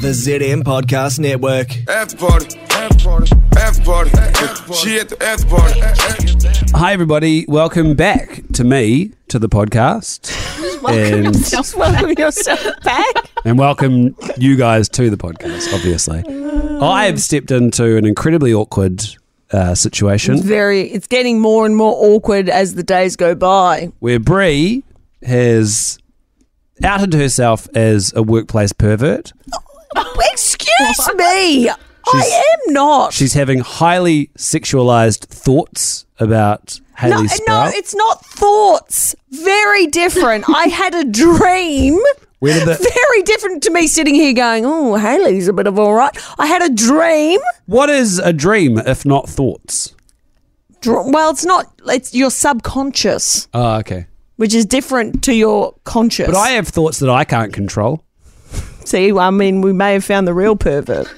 The ZM Podcast Network. After party, after party, after party. She at the after party. Hi, everybody. Welcome back to me, to the podcast. and, Just welcome yourself back. and welcome you guys to the podcast, obviously. I've stepped into an incredibly awkward uh, situation Very, it's getting more and more awkward as the days go by. where Brie has outed herself as a workplace pervert. Excuse me, I am not. She's having highly sexualized thoughts about no, Haley no, Sprout. it's not thoughts. Very different. I had a dream. Where did the, Very different to me sitting here going, oh, Haley's a bit of all right. I had a dream. what is a dream if not thoughts? Dr- Well, it's not, it's your subconscious, Oh, okay. which is different to your conscious. But I have thoughts that I can't control. See, I mean, we may have found the real pervert.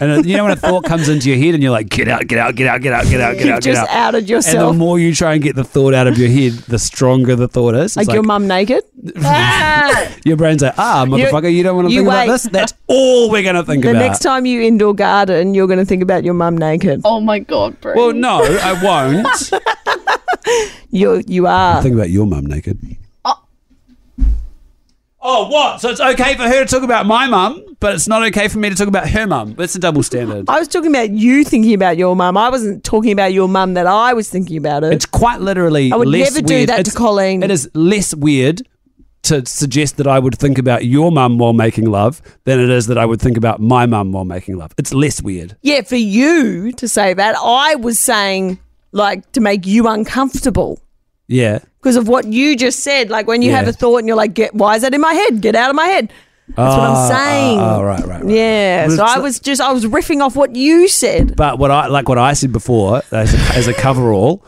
And uh, you know when a thought comes into your head and you're like, get out, get out, get out, get out, get out, get You've out, get just out. outed and the yourself. more you try and get the thought out of your head, the stronger the thought is. It's like, your mum naked? Ah! your brain's like, ah, motherfucker, you, don't want to you think wait. about this. That's all we're going to think The about. next time you indoor garden, you're going to think about your mum naked. Oh my god, bro. well, no, I won't. You you are. think about your mum naked. Oh. Oh, what? So it's okay for her to talk about my mum, but it's not okay for me to talk about her mum. That's a double standard. I was talking about you thinking about your mum. I wasn't talking about your mum that I was thinking about her. It's quite literally. I would less never do weird- that to it's- Colleen. It is less weird to suggest that I would think about your mum while making love than it is that I would think about my mum while making love. It's less weird. yeah, for you to say that, I was saying like to make you uncomfortable Yeah. because of what you just said. Like when you Yeah. have a thought and you're like, "Get why is that in my head? Get out of my head." That's what I'm saying. Oh, oh, right, right, right. Yeah. Well, So it's I not- was just I was riffing off what you said. But what I like what I said before as a, as a cover all,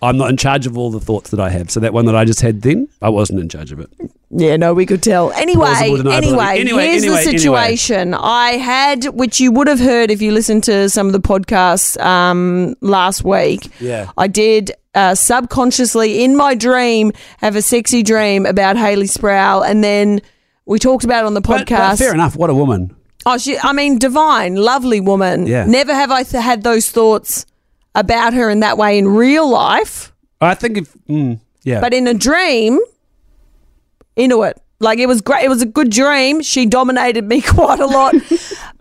I'm not in charge of all the thoughts that I have. So that one that I just had then, I wasn't in charge of it. Yeah, no, we could tell. Anyway, Plausible deniability. anyway, Anyway, here's anyway, the anyway. situation. I had, which you would have heard if you listened to some of the podcasts um, last week. Yeah. I did uh, subconsciously in my dream have a sexy dream about Haley Sproul, and then we talked about it on the But- but podcast. fair enough. What a woman. Oh, she, I mean, divine, lovely woman. Yeah. Never have I th- had those thoughts about her in that way in real life. I think if mm, yeah, But in a dream, into it. Like it was great. It was a good dream. She dominated me quite a lot.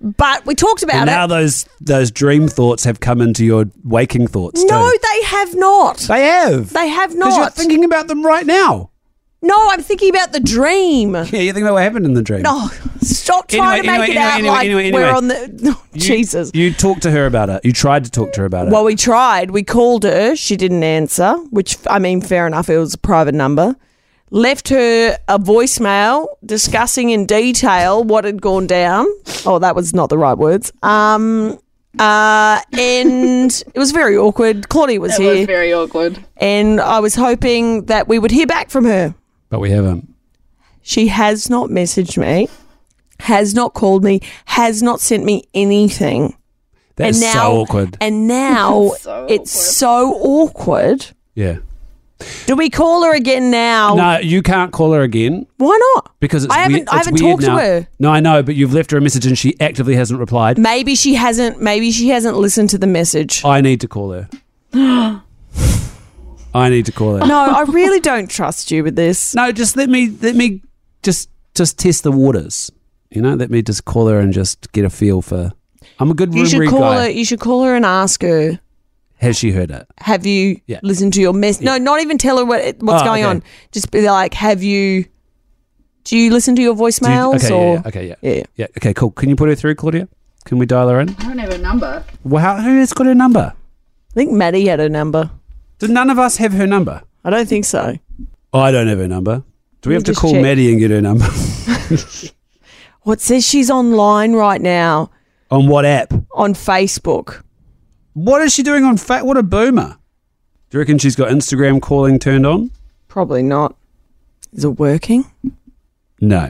but we talked about and now it. those those dream thoughts have come into your waking thoughts. No, too. they have not. they have. They have Because you're not. thinking about them right now. no, I'm thinking about the dream. Yeah, you think about what happened in the dream. No, stop trying Anyway, to make anyway, it out anyway, like anyway, we're anyway. on the oh, You- Jesus. You talked to her about it. You tried to talk to her about it. Well, we tried. We called her. She didn't answer, which, I mean, fair enough. It was a private number. Left her a voicemail discussing in detail what had gone down. Oh, that was not the right words. Um, uh, and it was very awkward. Claudia was It here, was very awkward. and I was hoping that we would hear back from her. but we haven't. She has not messaged me, has not called me, has not sent me anything. That's and now, so awkward. And now So it's so awkward. yeah. Do we call her again now? No, you can't call her again Why not? because it's I haven't- weird. I it's haven't weird talked to now. her. No, I know, but you've left her a message and she actively hasn't replied. Maybe she hasn't. Maybe she hasn't listened to the message. I need to call her. I need to call her. No, I really don't trust you with this. No, just let me let me just just test the waters. You know, let me just call her and just get a feel for. I'm a good You room should read call guy. her. You should call her and ask her. Has she heard it? Have you Yeah. listened to your message? No, not even tell her what what's Oh, going okay. on. Just be like, have you? Do you listen to your Do you- voicemails okay, yeah, or? yeah, okay, yeah. Yeah. Yeah. Okay. Cool. Can you put her through, Claudia? Can we dial her in? I don't have a number. Well, how, who's got her number? I think Maddie had a number. Do none of us have her number? Oh, I don't think so. I don't have her number. Do we Let have me to just call check. Maddie and get her number What it says she's online right now on what app? on Facebook. What is she doing on Fat? What a boomer! Do you reckon she's got Instagram calling turned on? Probably not. Is it working? No.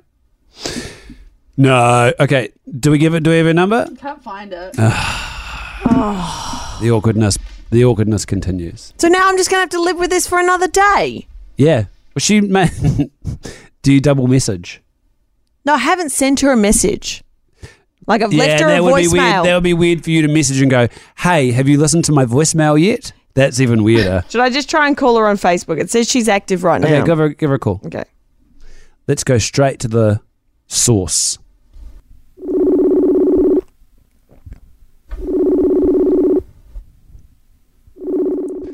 No. Okay. Do we give it? Do we have her number? Can't find it. Uh, The awkwardness. The awkwardness continues. So now I'm just going to have to live with this for another day. Yeah. Well, she. Ma- do you double message? No, I haven't sent her a message. Like I've left her a that would be weird. That voicemail. would be weird for you to message and go, "Hey, have you listened to my voicemail yet?" That's even weirder. Should I just try and call her on Facebook? It says she's active right Okay, now. give her give her a call. okay. Let's go straight to the source.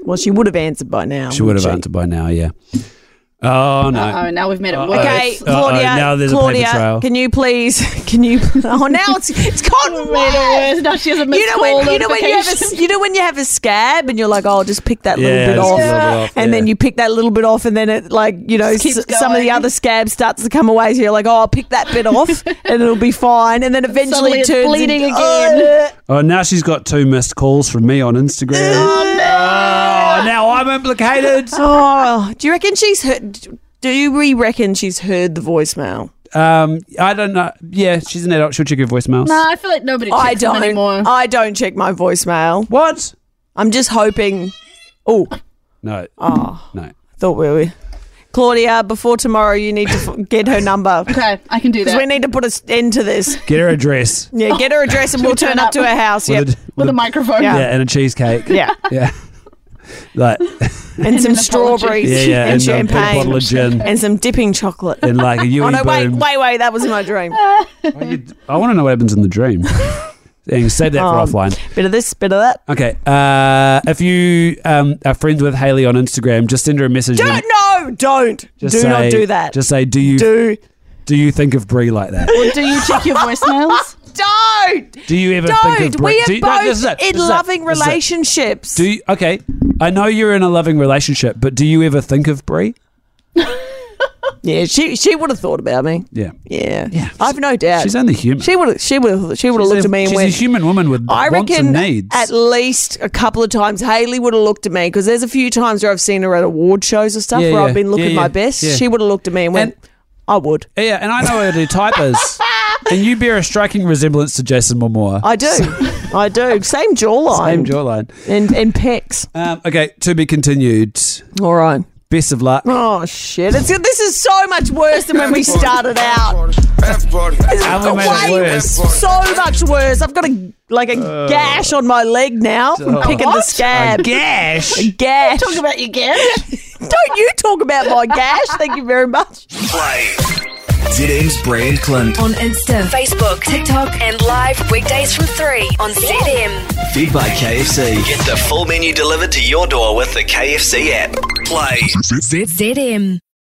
Well, she would have answered by now. She would wouldn't have answered by now. Yeah. Oh no. Oh, now we've made uh, it worse. Okay, Uh-oh, Claudia. now there's a paper Claudia, trail. can you please? Can you? Oh, now it's it's gone Made it worse. worse. Now she has a missed You know call when you know when you have a s- notification. you know when you have a scab and you're like, oh, I'll just pick that Yeah, little bit just a off, little bit off, and then yeah. you pick that little bit off, and then it like you know Just keeps s- some of the going. other scab starts to come away, so you're like, oh, I'll pick that bit off, and it'll be fine, and then eventually Suddenly it it's turns bleeding into- again. Oh, now she's got two missed calls from me on Instagram. Oh, now I'm implicated. Oh, do you reckon she's heard? Do we reckon she's heard the voicemail? Um, I don't know. Yeah, she's an adult. She'll check your voicemails. Nah, I feel like nobody checks I them don't. anymore. I don't check my voicemail. What? I'm just hoping. Oh, No. No. thought we were. Claudia, before tomorrow, you need to f- get her number because okay, I can do that. we need to put an end to this. Get her address. Yeah, get her address and we'll Should we turn turn up to up? her house. Yep. With a- with with a a- microphone. Yeah. yeah, and a cheesecake. Yeah, Yeah. like, yeah, and some an apology. strawberries yeah, and, and, a big bottle champagne of gin. and some dipping chocolate. And like a UE oh no! Wait, boom. wait, wait! That was my dream. I want to know what happens in the dream. and save that Um, for offline. Bit of this, bit of that. Okay. Uh, if you um, are friends with Haley on Instagram, just send her a message. Don't no, don't do just say, not do that. Just say, do you do, do you think of Brie like that? Or do you check your voicemails? don't Do you ever think don't. of Brie? We are do you, both no, this is it, this in is it, loving this is it. relationships. Do you, okay. I know you're in a loving relationship, but do you ever think of Brie? yeah, she she would have thought about me. Yeah. Yeah, Yeah. I've no doubt. She's only human. She would she would she would have She's looked a- at me and She's went. a human woman with I wants and reckon needs. at least a couple of times Haley would have looked at me because there's a few times where I've seen her at award shows and stuff Yeah, where yeah. I've been looking Yeah, yeah. my best. Yeah. She would have looked at me and went, "I would, yeah, and I know what her type is. And you bear a striking resemblance to Jason Momoa. I do, I do." Same Same jawline, jawline. and and pecs. Um, okay, to be continued. All right. Best of luck. Oh shit! It's, this is so much worse than when we started out. After party. And we made it Way worse. Uh, So much worse. I've got a like a gash on my leg now from Oh. picking the scab. Gash. gash. Talk about your gift. Don't you talk about my gash? Thank you very much. Zidim's brand Clint. On Insta, Facebook, TikTok, and live weekdays from 3 on ZM. Feed by KFC. Get the full menu delivered to your door with the KFC app. Play. ZM.